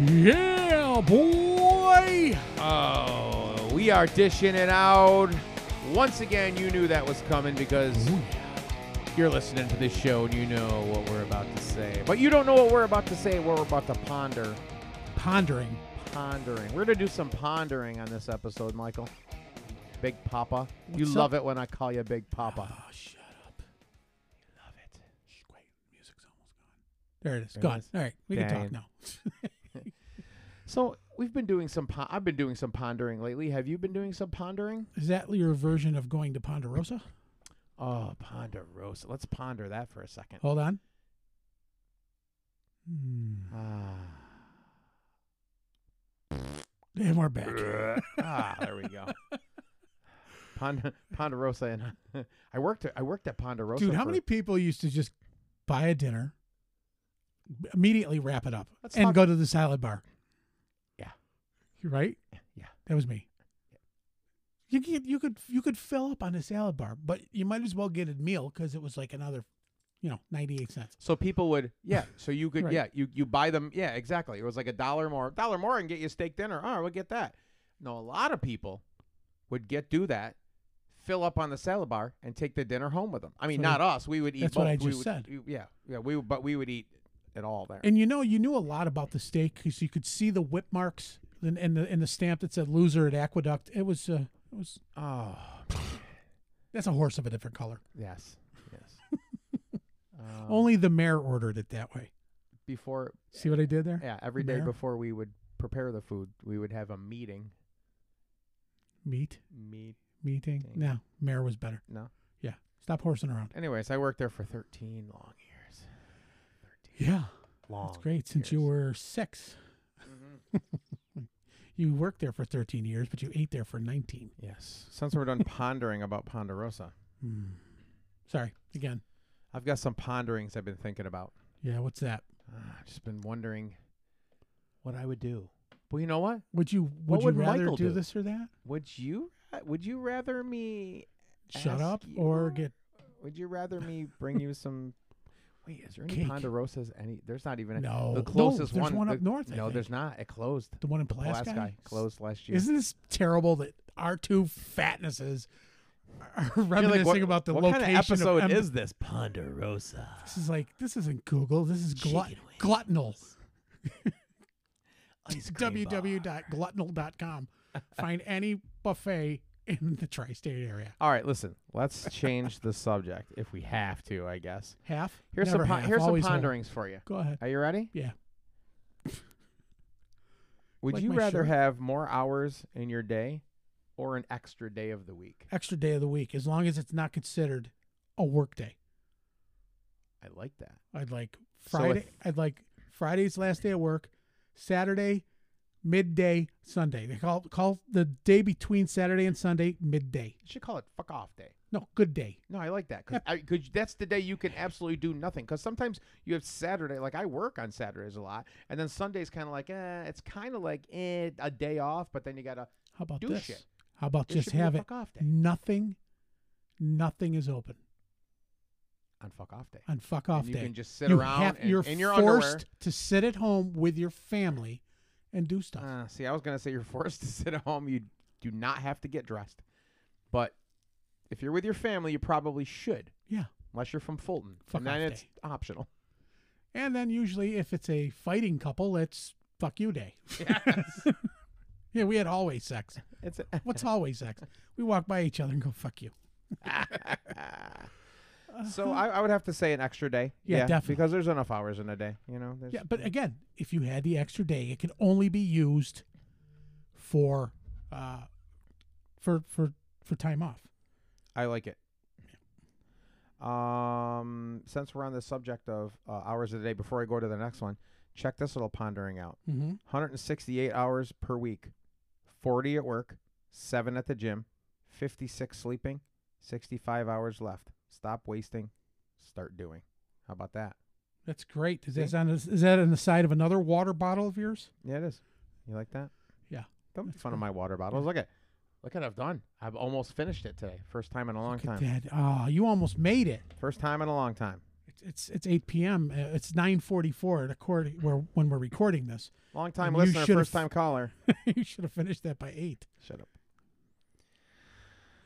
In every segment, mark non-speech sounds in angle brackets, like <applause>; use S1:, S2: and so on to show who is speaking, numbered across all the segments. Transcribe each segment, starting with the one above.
S1: Yeah, boy.
S2: Oh, we are dishing it out. Once again, you knew that was coming because you're listening to this show and you know what we're about to say. But you don't know what we're about to say, what we're about to ponder.
S1: Pondering.
S2: Pondering. We're going to do some pondering on this episode, Michael. Big Papa. you
S1: What's
S2: love it when I call you Big Papa.
S1: Oh, shut up.
S2: love it.
S1: Shh, wait, music's almost gone. There it is.
S2: There it
S1: gone.
S2: is.
S1: All right, we can
S2: Dang.
S1: talk now.
S2: So we've been doing some. Po- I've been doing some pondering lately. Have you been doing some pondering?
S1: is that your version of going to Ponderosa?
S2: Oh, Ponderosa. Let's ponder that for a second.
S1: Hold on. Hmm.
S2: Ah.
S1: And we're back.
S2: ah, there we go. <laughs> Pond- Ponderosa and <laughs> I worked. At, I worked at Ponderosa.
S1: Dude, how
S2: for-
S1: many people used to just buy a dinner, immediately wrap it up,
S2: Let's
S1: and
S2: talk-
S1: go to the salad bar?
S2: Yeah.
S1: You right?
S2: Yeah.
S1: That was me. You could you could you could fill up on a salad bar, but you might as well get a meal because it was like another, you know, ninety eight cents.
S2: So people would, yeah. So you could,
S1: Right.
S2: yeah. You you buy them, yeah. Exactly. It was like a dollar more, dollar more, and get you a steak dinner. All right, we'll get that. No, a lot of people would get do that, fill up on the salad bar, and take the dinner home with them. I mean,
S1: That's
S2: not
S1: what
S2: us. We would eat.
S1: that's what
S2: both.
S1: I
S2: we
S1: just
S2: would-
S1: said.
S2: you- yeah, yeah. We would- but we would eat it all there.
S1: And you know, you knew a lot about the steak because you could see the whip marks and, and the and the stamp that said "loser at Aqueduct." It was uh, it was
S2: oh,
S1: that's a horse of a different color.
S2: yes, yes. Um,
S1: <laughs> Only the mayor ordered it that way.
S2: before
S1: See what I did there?
S2: Yeah, every day
S1: Mayor?
S2: before we would prepare the food, we would have a meeting.
S1: Meat
S2: Meet.
S1: meeting.
S2: Dang.
S1: No, mayor was better.
S2: No.
S1: Yeah, stop horsing around.
S2: Anyways, I worked there for 13 long years.
S1: Yeah,
S2: Long.
S1: that's great. Since you
S2: years.
S1: were 6 you worked there for thirteen years, but you ate there for nineteen.
S2: Yes. Since we're done pondering about Ponderosa,
S1: Hmm. Sorry again.
S2: I've got some ponderings I've been thinking about.
S1: Yeah, what's that?
S2: Ah, I've just been wondering what I would do. Well, you know what?
S1: Would you would
S2: What
S1: you
S2: would
S1: rather
S2: Michael
S1: do
S2: do?
S1: this or that?
S2: Would you ra- would you rather me
S1: Shut
S2: Ask
S1: up
S2: you
S1: or
S2: more?
S1: get
S2: would you rather me bring you some Wait, is there any
S1: Cake.
S2: Ponderosas any There's not even any.
S1: no.
S2: The closest
S1: no, there's
S2: one,
S1: one, up
S2: the-
S1: north. I
S2: No,
S1: think.
S2: there's not. It closed.
S1: the one in Pulaski.
S2: Pulaski closed last year.
S1: Isn't this terrible that our two fatnesses are
S2: You're
S1: reminiscing
S2: like, what-
S1: about the
S2: what
S1: location
S2: kind of episode
S1: of em-
S2: is this? Ponderosa.
S1: This is like this isn't Google. This is glut
S2: Chicken wings.
S1: gluttonal.
S2: Ice cream bar.
S1: www.gluttonal.com. Find any buffet in the tri-state area.
S2: All right, listen. Let's change the subject if we have to. I guess.
S1: Half.
S2: Here's
S1: Never
S2: some pon-
S1: half,
S2: here's some
S1: always whole.
S2: ponderings for you.
S1: Go ahead.
S2: Are you ready? <laughs>
S1: Yeah.
S2: Would
S1: Like
S2: you
S1: my
S2: rather
S1: shirt.
S2: have more hours in your day, or an extra day of the week?
S1: Extra day of the week, as long as it's not considered a work day.
S2: I like that.
S1: I'd like
S2: So
S1: Friday.
S2: if-
S1: I'd like Friday's last day of work, Saturday, midday, Sunday. They call call the day between Saturday and Sunday midday.
S2: You should call it "fuck off day."
S1: No, good day.
S2: No, I like that because that's the day you can absolutely do nothing. Because sometimes you have Saturday, like I work on Saturdays a lot, and then Sunday's kind of like, eh, it's kind of like eh, a day off, but then you gotta
S1: How about
S2: Do
S1: this?
S2: shit.
S1: How about
S2: there
S1: just
S2: should be a
S1: have it?
S2: fuck off day
S1: Nothing. Nothing is open
S2: on fuck off day.
S1: on fuck off
S2: and
S1: day.
S2: You can just sit around
S1: have-
S2: and,
S1: you're
S2: in your
S1: forced to sit at home with your family and do stuff.
S2: underwear. Uh, see, I was gonna say you're <laughs> forced to sit at home. You do not have to get dressed, but if you're with your family, you probably should,
S1: yeah.
S2: unless you're from Fulton,
S1: Fuck
S2: and then
S1: off
S2: it's
S1: day.
S2: optional.
S1: And then usually if it's a fighting couple, it's fuck you day.
S2: Yes.
S1: <laughs> Yeah, we had always sex.
S2: it's a,
S1: What's always sex? We walk by each other and go, fuck you.
S2: so I, I would have to say an extra day.
S1: Ah. Yeah, definitely.
S2: Because there's enough hours in a day, you know. There's,
S1: Yeah, but again, if you had the extra day, it could only be used for uh for for for time off.
S2: I like it. Um, since we're on the subject of uh, hours of the day, before I go to the next one, check this little pondering out.
S1: Mm-hmm.
S2: 168 hours per week, 40 at work, 7 at the gym, 56 sleeping, 65 hours left. Stop wasting, start doing. How about that?
S1: That's great. Is
S2: See?
S1: that on the, is that on the side of another water bottle of yours?
S2: Yeah, it is. You like that?
S1: Yeah,
S2: Don't make
S1: that's
S2: fun of my water bottles. Look at look at I've done. I've almost finished it today. First time in a long
S1: Look at
S2: time.
S1: that. Oh, you Ah, almost made it.
S2: First time in a long time.
S1: it's it's 8 p.m. uh, It's 9:44 at accord where when we're recording this. <laughs>
S2: Long time
S1: And you
S2: listener,
S1: should've-
S2: first time caller.
S1: you should have finished that by 8.
S2: Shut up,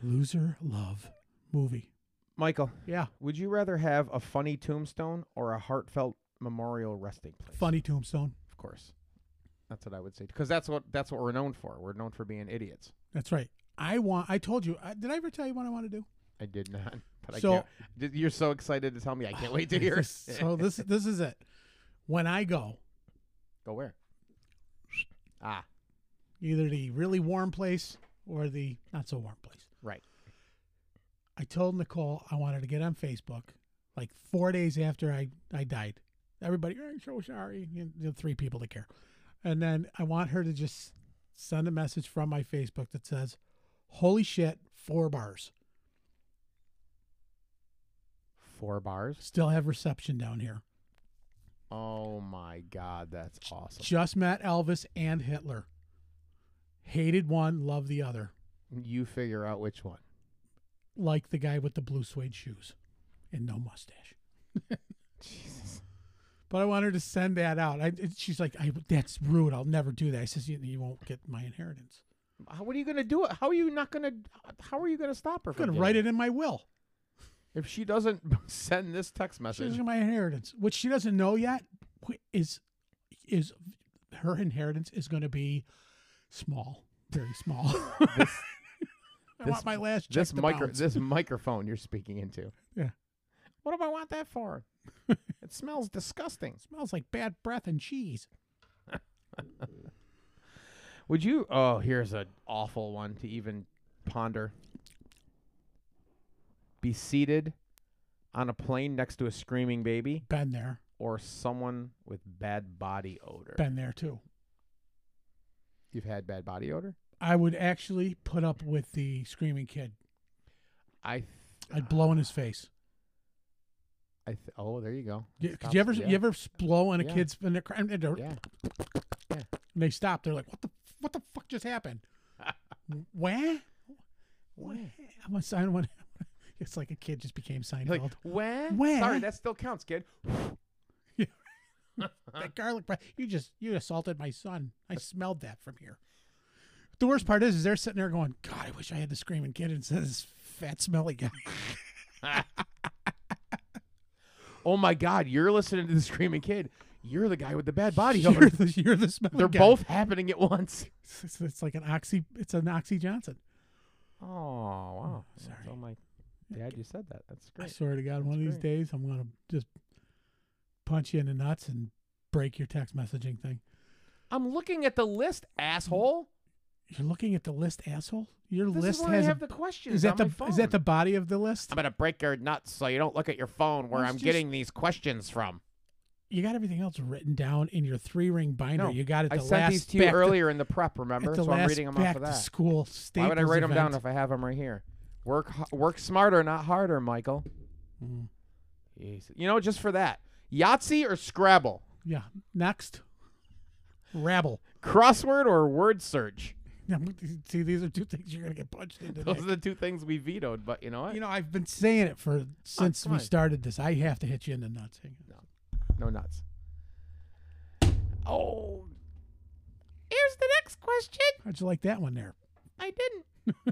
S1: Loser love movie.
S2: Michael.
S1: Yeah,
S2: Would you rather have a funny tombstone or a heartfelt memorial resting place?
S1: funny tombstone.
S2: of course. That's what I would say because that's what that's what we're known for. We're known for being idiots.
S1: That's right. I want I told you, I, did I ever tell you what I want to do?
S2: I did not, <laughs> but
S1: So-
S2: I can't. did- You're so excited to tell me. I can't wait to hear.
S1: so <laughs> this this is it. When I go
S2: Go where? Ah,
S1: either the really warm place or the not so warm place.
S2: right.
S1: I told Nicole I wanted to get on Facebook like four days after I, I died. Everybody, I'm so sorry. You know, three people that care. And then I want her to just send a message from my Facebook that says, Holy shit, four bars.
S2: Four bars.
S1: Still have reception down here.
S2: Oh my God, that's awesome.
S1: Just met Elvis and Hitler. Hated one, loved the other.
S2: You figure out which one.
S1: Like the guy with the blue suede shoes and no mustache.
S2: Jesus.
S1: But I want her to send that out. I, she's like, I, that's rude. I'll never do that. I says, you, you won't get my inheritance.
S2: How, what are you gonna do? It? How are you not gonna? How are you gonna stop her?
S1: I'm going to write it in my will.
S2: if she doesn't <laughs> send this text
S1: She's
S2: message.
S1: in my inheritance, which she doesn't know yet. wh- Is is her inheritance is going to be small, very small.
S2: This,
S1: <laughs> I
S2: This-
S1: want my last check
S2: this
S1: to
S2: micro,
S1: bounce.
S2: this microphone you're speaking into.
S1: Yeah.
S2: What do I want
S1: <laughs>
S2: that for? it smells disgusting.
S1: smells like bad breath and cheese.
S2: Would you? Oh, here's an awful one to even ponder. Be seated on a plane next to a screaming baby
S1: Been there,
S2: or someone with bad body odor.
S1: been there too.
S2: You've had bad body odor.
S1: I would actually put up with the screaming kid.
S2: I. Th-
S1: I'd blow
S2: Ah.
S1: in his face.
S2: I th- oh, there you go.
S1: You,
S2: Stop-
S1: you ever
S2: yeah.
S1: you ever s- blow on a
S2: Yeah.
S1: kid's and they're, cr- and they're-
S2: Yeah.
S1: and they stop. They're like, what the f- what the fuck just
S2: <laughs>
S1: happened? Where? Where? I'm a sign one. <laughs> It's like a kid just became
S2: You're
S1: Seinfeld.
S2: like where?
S1: Where?
S2: Sorry, that still counts, kid.
S1: that garlic bread. You just you assaulted my son.
S2: <laughs>
S1: I smelled that from here. The worst part is, is they're sitting there going, "God, I wish I had the screaming kid instead of this fat, smelly guy."
S2: Oh my God, you're listening to the screaming kid. You're the guy with the bad
S1: <laughs>
S2: body
S1: you're,
S2: odor.
S1: the, you're the smelly
S2: They're
S1: guy.
S2: both happening at once. <laughs>
S1: It's, it's- it's like an oxy. It's an oxy Johnson.
S2: Oh wow!
S1: sorry.
S2: So my dad, you said that. That's
S1: I
S2: great.
S1: swear to God, one of
S2: That's
S1: these days I'm gonna just punch you in the nuts and break your text messaging thing.
S2: I'm looking at the list, asshole.
S1: You're looking at the list, asshole. Your
S2: This
S1: list
S2: is where I
S1: has.
S2: have
S1: a,
S2: the questions.
S1: is
S2: on
S1: that the
S2: my phone.
S1: is that the body of the list?
S2: I'm gonna break your nuts so you don't look at your phone where
S1: Well, it's
S2: I'm
S1: just-
S2: getting these questions from.
S1: You got everything else written down in your three ring binder.
S2: No,
S1: you got it.
S2: I
S1: The
S2: sent
S1: last
S2: these to you
S1: back to-
S2: earlier in the prep. Remember,
S1: at the
S2: so
S1: last
S2: I'm reading them
S1: back
S2: off of
S1: to
S2: that.
S1: school
S2: Why
S1: Staples
S2: would I write them down
S1: event.
S2: if I have them right here? Work, h- work smarter, not harder, Michael.
S1: Mm.
S2: Jesus. You know, just for that, Yahtzee or Scrabble,
S1: Yeah. Next, <laughs> rabble.
S2: crossword or word search. <laughs>
S1: Now, <laughs> See, these are two things you're gonna get punched into.
S2: Those are
S1: Nick.
S2: the two things we vetoed. But you know what?
S1: You know, I've been saying it for since we
S2: fine.
S1: started this. I have to hit you in the nuts. Hang on.
S2: No nuts. Oh. Here's the next question.
S1: How'd you like that one there?
S2: I
S1: <laughs>
S2: didn't.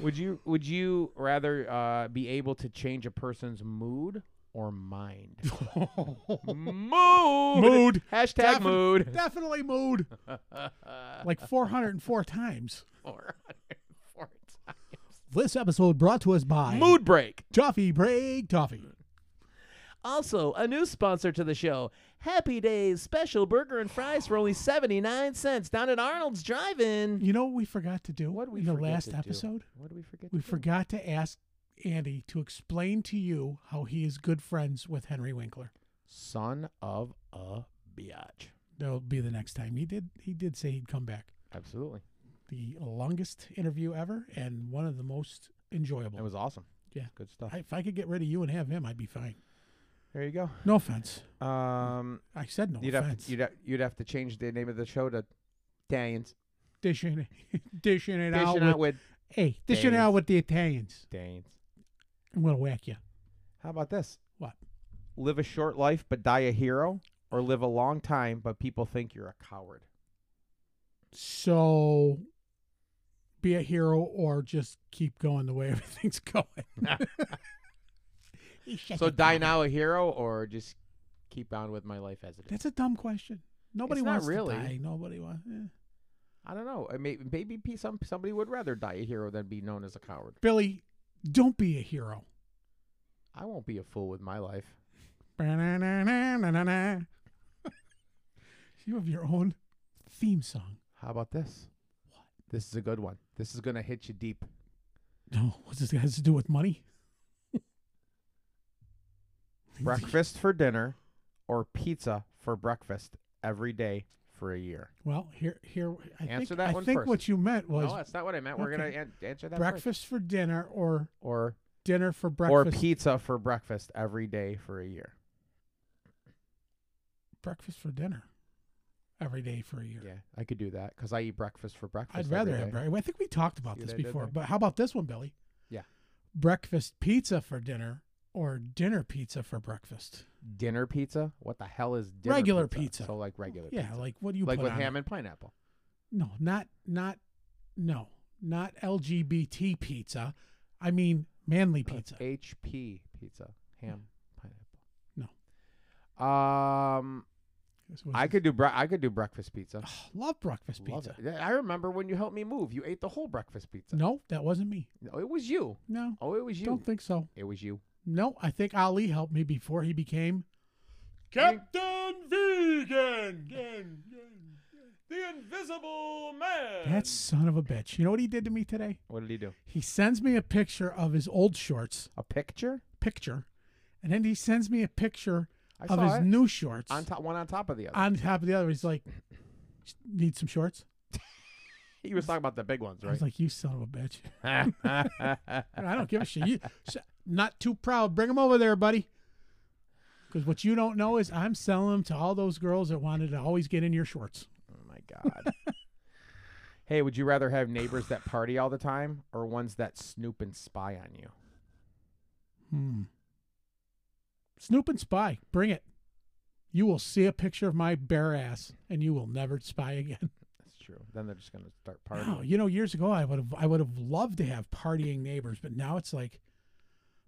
S2: would you would you rather uh, be able to change a person's mood
S1: <laughs>
S2: or mind? mood.
S1: Mood.
S2: Hashtag
S1: Defin- <laughs>
S2: mood.
S1: Definitely
S2: <laughs>
S1: mood. like 404 times.
S2: Four hundred four times.
S1: This episode brought to us by
S2: Mood break.
S1: Toffee Break Toffee.
S2: Also, a new sponsor to the show, Happy Days special burger and fries for only 79 cents down at Arnold's Drive-In.
S1: You know what we forgot to do
S2: What did we
S1: in the
S2: forget
S1: last
S2: to do?
S1: episode?
S2: What did we forget?
S1: We
S2: to do?
S1: forgot to ask Andy to explain to you how he is good friends with Henry Winkler.
S2: Son of a biatch.
S1: That'll be the next time. He did he did say he'd come back.
S2: Absolutely.
S1: The longest interview ever and one of the most enjoyable.
S2: It was awesome.
S1: Yeah.
S2: Good stuff.
S1: I, if I could get rid of you and have him, I'd be fine.
S2: there you go.
S1: No offense.
S2: Um,
S1: I said no
S2: you'd have
S1: offense.
S2: to, you'd, ha- you'd have to change the name of the show to Danes.
S1: dishing it, <laughs> dishing it out.
S2: Dishing
S1: With,
S2: out with
S1: hey, dishing it
S2: Danes.
S1: out with the Italians.
S2: Danes.
S1: I'm gonna whack you.
S2: How about this?
S1: What?
S2: Live a short life but die a hero, or live a long time but people think you're a coward.
S1: So be a hero or just keep going the way <laughs> everything's
S2: <laughs>
S1: going. He's such
S2: So
S1: a
S2: die
S1: coward.
S2: now a hero, or just keep on with my life as it is.
S1: That's a dumb question. Nobody
S2: It's not
S1: wants
S2: really.
S1: to die. Nobody wants. eh.
S2: I don't know. I may- Maybe pe- some somebody would rather die a hero than be known as a coward.
S1: Billy, don't be a hero.
S2: I won't be a fool with my life.
S1: Ba-na-na-na-na-na. <laughs> you have your own theme song.
S2: How about this?
S1: What?
S2: This is a good one. This is gonna hit
S1: <laughs>
S2: you deep.
S1: No, what's this has to do with money?
S2: Breakfast for dinner, or pizza for breakfast every day for a year.
S1: Well, here, here. I
S2: Answer
S1: think,
S2: that
S1: I
S2: one
S1: think
S2: first.
S1: what you meant
S2: no,
S1: was
S2: that's not what I meant. We're
S1: okay.
S2: gonna an- answer that first.
S1: breakfast for dinner or
S2: or
S1: dinner for
S2: or
S1: breakfast.
S2: pizza for breakfast every day for a year.
S1: breakfast for dinner every day for a year.
S2: Yeah, I could do that because I eat breakfast for breakfast.
S1: I'd
S2: every
S1: rather
S2: day.
S1: have breakfast. I think we talked about
S2: See
S1: this
S2: what I did
S1: before,
S2: there?
S1: but how about this one, Billy?
S2: Yeah.
S1: Breakfast pizza for dinner or dinner pizza for breakfast?
S2: dinner pizza. What the hell is dinner
S1: Regular pizza.
S2: So like regular
S1: yeah,
S2: pizza.
S1: like what do you
S2: like
S1: put
S2: with
S1: on it?
S2: ham and pineapple.
S1: No, not not no, not LGBT pizza. I mean
S2: Uh,
S1: manly pizza.
S2: HP pizza, ham, pineapple. No. Um,
S1: This was-
S2: I could do bre- I could do breakfast pizza.
S1: Oh, love breakfast
S2: Love
S1: pizza.
S2: it. Yeah, I remember when you helped me move. You ate the whole breakfast pizza.
S1: No, that wasn't me.
S2: No, it was you.
S1: No,
S2: Oh, it was you.
S1: don't think so.
S2: it was you.
S1: No, I think Ali helped me before he became Captain Vegan. Vegan.
S2: The Invisible Man.
S1: That son of a bitch. You know what he did to me today?
S2: what did he do?
S1: He sends me a picture of his old shorts,
S2: A picture
S1: picture, and then he sends me a picture
S2: I
S1: of
S2: saw
S1: his
S2: it.
S1: new shorts
S2: on top, one on top of the other.
S1: on top of the other. He's like, "Need some shorts?"
S2: he was talking about the big ones,
S1: I was like, "You son of a bitch!"
S2: Oh,
S1: I don't give a shit. You, s- not too proud. Bring them over there, buddy. Because what you don't know is I'm selling them to all those girls that wanted to always get in your shorts.
S2: Oh my god. hey, would you rather have neighbors that party all the time or ones that snoop and spy on you?
S1: Hmm. Snoop and spy, bring it. You will see a picture of my bare ass, and you will never spy again.
S2: That's true. Then they're just gonna start partying.
S1: Wow, you know, years ago I would have I would have loved to have partying neighbors, but now it's like,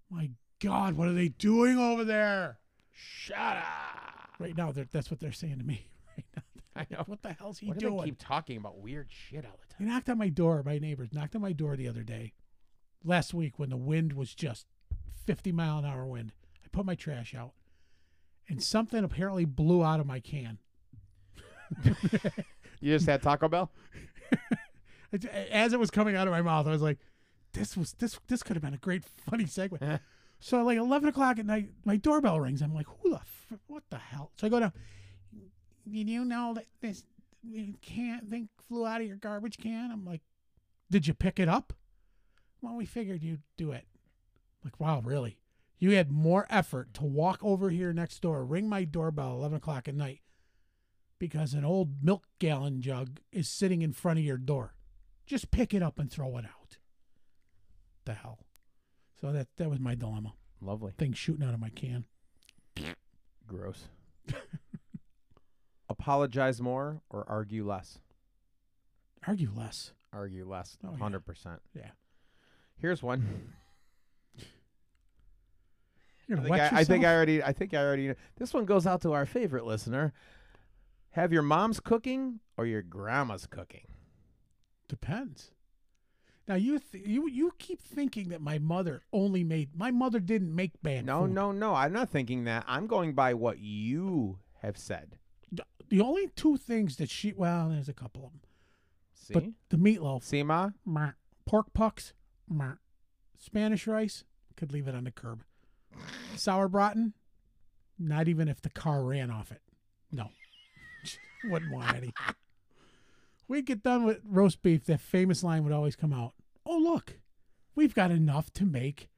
S1: my God, what are they doing over there?
S2: Shut up.
S1: Right now, they're, that's what they're saying to me. <laughs> Right now,
S2: I know.
S1: what the hell's he
S2: Why do
S1: doing?
S2: they keep talking about weird shit all the
S1: They
S2: time?
S1: knocked on my door. My neighbors knocked on my door the other day, last week when the wind was just 50 mile an hour wind. I put my trash out, and something apparently blew out of my can.
S2: You just had Taco Bell?
S1: It's- As it was coming out of my mouth, I was like, "This was this this could have been a great <laughs> funny segue." so like 11 o'clock at night, my doorbell rings. I'm like, "Who the f- what the hell?" So I go down. Did you know that this can thing flew out of your garbage can? I'm like, "Did you pick it up?" Well, we figured you'd do it. like, wow, really? You had more effort to walk over here next door, ring my doorbell at 11 o'clock at night because an old milk gallon jug is sitting in front of your door. Just pick it up and throw it out. The hell. So that, that was my dilemma.
S2: Lovely.
S1: Things shooting out of my can.
S2: Gross. <laughs> Apologize more or argue less?
S1: Argue less.
S2: Argue less.
S1: Oh, yeah.
S2: 100%.
S1: Yeah.
S2: Here's one.
S1: You're gonna
S2: I think
S1: wet
S2: I, I think I
S1: yourself?
S2: already. I think I already. This one goes out to our favorite listener. Have your mom's cooking or your grandma's cooking?
S1: depends. Now you th- you you keep thinking that my mother only made my mother didn't make bad
S2: No,
S1: food.
S2: no, no. I'm not thinking that. I'm going by what you have said.
S1: The- The only two things that she well, there's a couple of them.
S2: See,
S1: But the meatloaf, <laughs>
S2: see, ma.
S1: meh. pork pucks, meh. Spanish rice, could leave it on the curb. Sour braten, not even if the car ran off it. No, <laughs> wouldn't want any. We'd get done with roast beef. That famous line would always come out. Oh look, we've got enough to make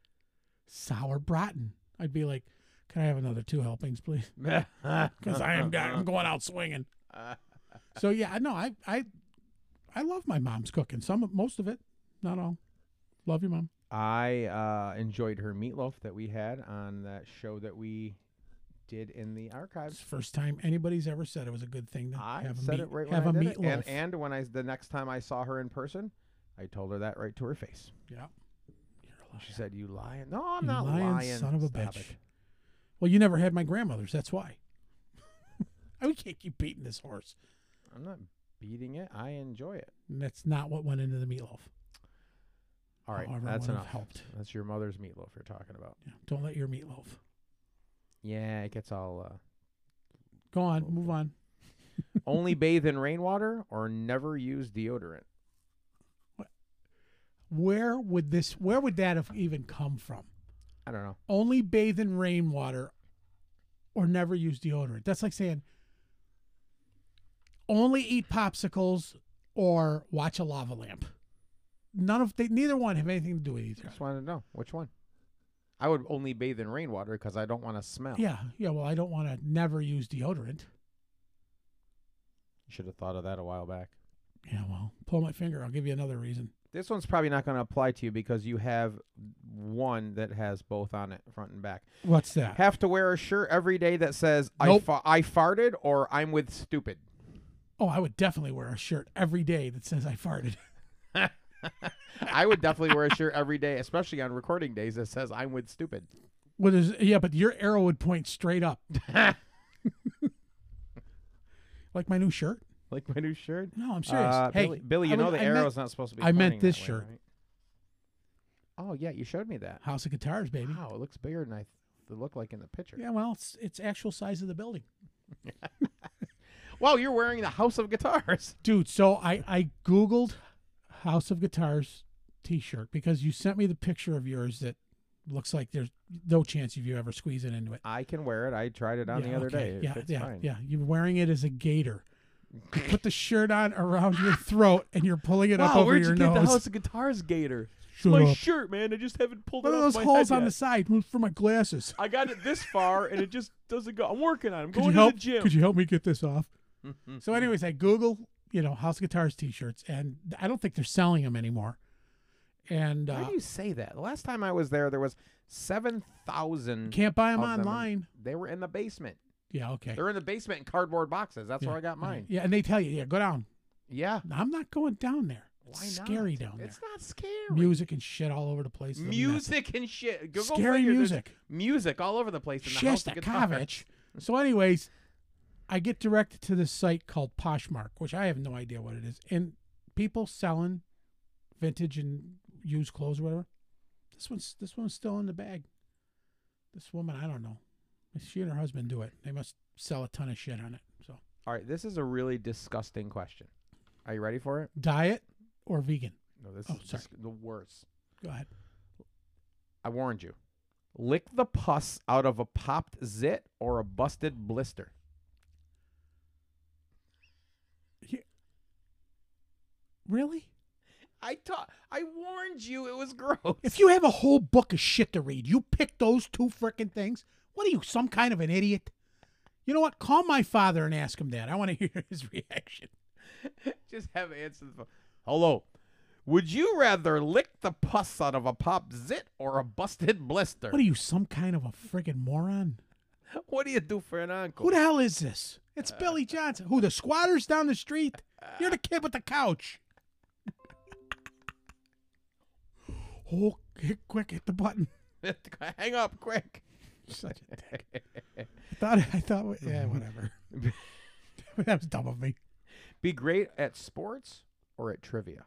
S1: sour braten. I'd be like, can I have another two helpings, please? <laughs> Because I
S2: <laughs>
S1: am I'm going out swinging. So yeah, no, I I I love my mom's cooking. Some, most of it, not all. Love your mom.
S2: I uh, enjoyed her meatloaf that we had on that show that we did in the
S1: It's
S2: archives.
S1: the first time anybody's ever said it was a good thing to
S2: I
S1: have a
S2: said
S1: meat,
S2: it right
S1: have
S2: when
S1: a
S2: I did it.
S1: meatloaf.
S2: and and when I the next time I saw her in person, I told her that right to her face.
S1: yeah. You're a liar.
S2: Oh, She said, "You lying? No, I'm
S1: You
S2: not lying,
S1: lying son of a
S2: Stop
S1: bitch.
S2: it.
S1: Well, you never had my grandmother's. That's why. <laughs> I we can't keep beating this horse.
S2: I'm not beating it. I enjoy it.
S1: And that's not what went into the meatloaf.
S2: All right,
S1: However, it
S2: that's
S1: would have
S2: enough.
S1: Oh, helped.
S2: That's your mother's meatloaf you're talking about.
S1: Yeah. Don't let your meatloaf.
S2: Yeah, it gets all uh,
S1: Go on. Move on. <laughs>
S2: only bathe in rainwater or never use deodorant.
S1: Where would this? Where would that have even come from?
S2: I don't know.
S1: Only bathe in rainwater, or never use deodorant. That's like saying only eat popsicles or watch a lava lamp. None of they, neither one have anything to do with each other.
S2: Just wanted to know which one. I would only bathe in rainwater because I don't want to smell.
S1: Yeah, yeah. Well, I don't want to never use deodorant.
S2: You should have thought of that a while back.
S1: Yeah, well, pull my finger. I'll give you another reason.
S2: This one's probably not going to apply to you because you have one that has both on it, front and back.
S1: What's that?
S2: Have to wear a shirt every day that says I,
S1: Nope.
S2: fa- I farted or I'm with stupid.
S1: Oh, I would definitely wear a shirt every day that says I farted. <laughs>
S2: I would definitely wear a shirt every day, especially on recording days, that says I'm with stupid.
S1: What is? Yeah, but your arrow would point straight up. like my new shirt?
S2: Like my new shirt.
S1: No, I'm serious.
S2: Uh,
S1: hey,
S2: Billy, Billy, you
S1: I
S2: know
S1: would-
S2: the
S1: I meant
S2: arrow's not supposed to be.
S1: I meant
S2: pointing
S1: this
S2: that way,
S1: shirt.
S2: right? Oh yeah, you showed me that.
S1: House of Guitars, baby.
S2: Wow, it looks bigger than I th- it looked like in the picture.
S1: Yeah, well, it's it's actual size of the building,
S2: Wow, you're wearing the House of Guitars. <laughs>
S1: dude. So I I googled House of Guitars T-shirt because you sent me the picture of yours that looks like there's no chance of you ever squeezing into it.
S2: I can wear it. I tried it on
S1: Yeah,
S2: the other
S1: okay.
S2: day. It
S1: yeah,
S2: fits
S1: yeah,
S2: fine.
S1: yeah. You're wearing it as a gator. You put
S2: <laughs>
S1: the shirt on around your throat and you're pulling it up
S2: Wow,
S1: over
S2: where'd
S1: your
S2: you get
S1: nose.
S2: the House of Guitars gator? It's
S1: Shut
S2: my
S1: up.
S2: shirt, man. I just haven't pulled
S1: One
S2: it
S1: of
S2: off
S1: those
S2: my
S1: holes
S2: head
S1: on the
S2: yet.
S1: side was for my glasses.
S2: I got it this far, and it just doesn't go. I'm working on. it. I'm
S1: Could
S2: going
S1: you
S2: to
S1: help?
S2: the gym.
S1: Could you help me get this off?
S2: <laughs>
S1: So, anyways, I Google, you know, House of Guitars T-shirts, and I don't think they're selling them anymore. And
S2: Why
S1: uh,
S2: do you say that? The last time I was there, there was seven thousand.
S1: can't buy them
S2: of them in-
S1: online.
S2: They were in the basement.
S1: Yeah, okay.
S2: They're in the basement in cardboard boxes. That's
S1: Yeah,
S2: where I got
S1: all right.
S2: mine.
S1: Yeah, and they tell you, yeah, go down.
S2: Yeah.
S1: I'm not going down there. It's
S2: Why not?
S1: scary down there.
S2: It's not scary.
S1: Music and shit all over the place. It's a mess.
S2: music and shit. Google
S1: Scary
S2: figure, there's
S1: music.
S2: Music all over the place in the house. of guitars.
S1: Shostakovich. So, anyways, I get directed to this site called Poshmark, which I have no idea what it is, and people selling vintage and used clothes, or whatever. This one's this one's still in the bag. This woman, I don't know. She and her husband do it. They must sell a ton of shit on it. So,
S2: All right, this is a really disgusting question. Are you ready for it?
S1: diet or vegan?
S2: No, this
S1: Oh,
S2: is
S1: sorry.
S2: dis- the worst.
S1: Go ahead.
S2: I warned you. Lick the pus out of a popped zit or a busted blister.
S1: Really?
S2: I taught. I warned you. It was <laughs> gross.
S1: If you have a whole book of shit to read, you pick those two frickin' things. What are you, some kind of an idiot? You know what? Call my father and ask him that. I want to <laughs> hear his reaction.
S2: <laughs> Just have answer the phone. Hello. Would you rather lick the pus out of a pop zit or a busted blister?
S1: What are you, some kind of a friggin' moron?
S2: What do you do for an uncle?
S1: Who the hell is this? It's Billy Johnson. Who, the squatters down the street? You're the kid with the couch. <laughs> oh, hit, quick, hit the button. <laughs>
S2: <laughs> Hang up quick.
S1: Such a dick. I thought, I thought, yeah, whatever. <laughs> that was dumb of me.
S2: Be great at sports or at trivia?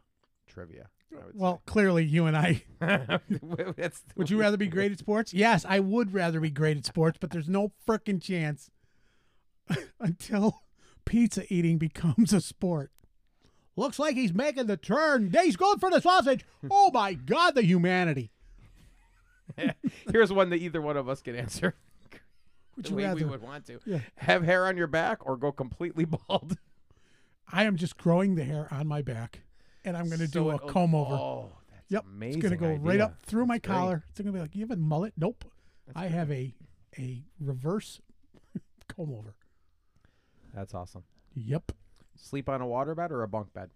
S2: Trivia. I would
S1: Well, clearly, you and I
S2: say.
S1: <laughs>
S2: <laughs> That's the
S1: Would you rather be great at sports? Yes, I would rather be great at sports, but there's no frickin' chance <laughs> until pizza eating becomes a sport. Looks like he's making the turn. He's going for the sausage. Oh my God, the humanity.
S2: <laughs> Here's one that either one of us can answer. <laughs>
S1: Would
S2: the
S1: you
S2: way we
S1: rather?
S2: would want to.
S1: Yeah.
S2: Have hair on your back or go completely <laughs> bald?
S1: I am just growing the hair on my back, and I'm going to
S2: So
S1: do a
S2: it'll-
S1: comb over.
S2: Oh, that's
S1: yep,
S2: amazing.
S1: it's going to go right
S2: idea.
S1: up through my
S2: That's great.
S1: collar. It's going to be like you have a mullet. Nope, I have a a reverse <laughs> comb over.
S2: That's awesome.
S1: Yep.
S2: Sleep on a waterbed or a bunk bed?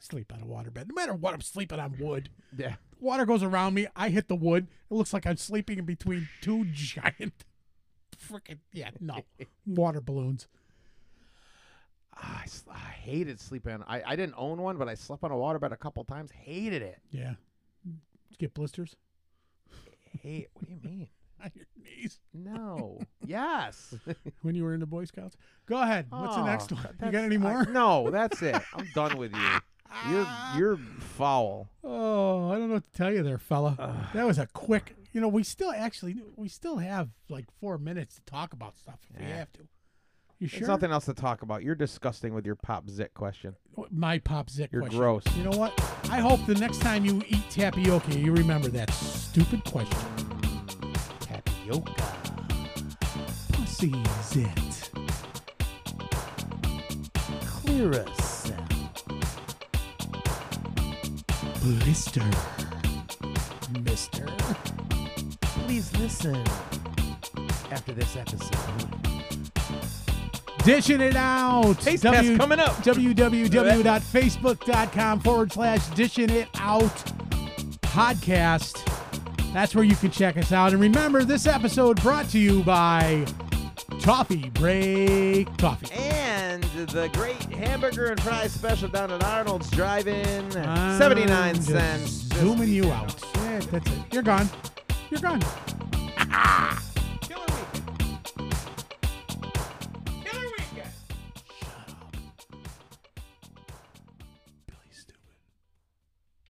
S1: sleep on a waterbed. No matter what, I'm sleeping on wood.
S2: Yeah.
S1: Water goes around me. I hit the wood. It looks like I'm sleeping in between two <laughs> giant freaking yeah,
S2: <laughs>
S1: no. Water balloons.
S2: Ah, I, s- I hated sleeping. I, I didn't own one, but I slept on a waterbed a couple times. Hated it.
S1: Yeah. Did you get blisters
S2: Hate. What do you mean?
S1: on your knees
S2: No. <laughs> yes.
S1: when you were in the Boy Scouts. Go ahead. What's the
S2: Oh,
S1: next one?
S2: that-
S1: You got
S2: that's-
S1: any
S2: I- <laughs>
S1: more?
S2: no, that's it. I'm done with you. <laughs> You're you're foul.
S1: Oh, I don't know what to tell you there, fella.
S2: Ugh.
S1: that was a quick. You know, we still actually we still have like four minutes to talk about stuff if we
S2: Yeah.
S1: have to. You sure?
S2: There's nothing else to talk about. You're disgusting with your pop zit question.
S1: My pop zick.
S2: You're
S1: question.
S2: gross.
S1: You know what? I hope the next time you eat tapioca, you remember that stupid question.
S2: Tapioca.
S1: Pussy zit.
S2: Clear us.
S1: Blister. Mister.
S2: Please listen after this episode.
S1: Dishing it out.
S2: Taste
S1: W-
S2: test coming up.
S1: www.facebook.com forward slash dishing it out podcast. That's where you can check us out. And remember, this episode brought to you by Toffee Break Toffee.
S2: And the great hamburger and fries special down at Arnold's Drive-In,
S1: I'm
S2: seventy-nine
S1: just
S2: cents.
S1: Zooming you out. Yeah, that's it. You're gone. You're gone.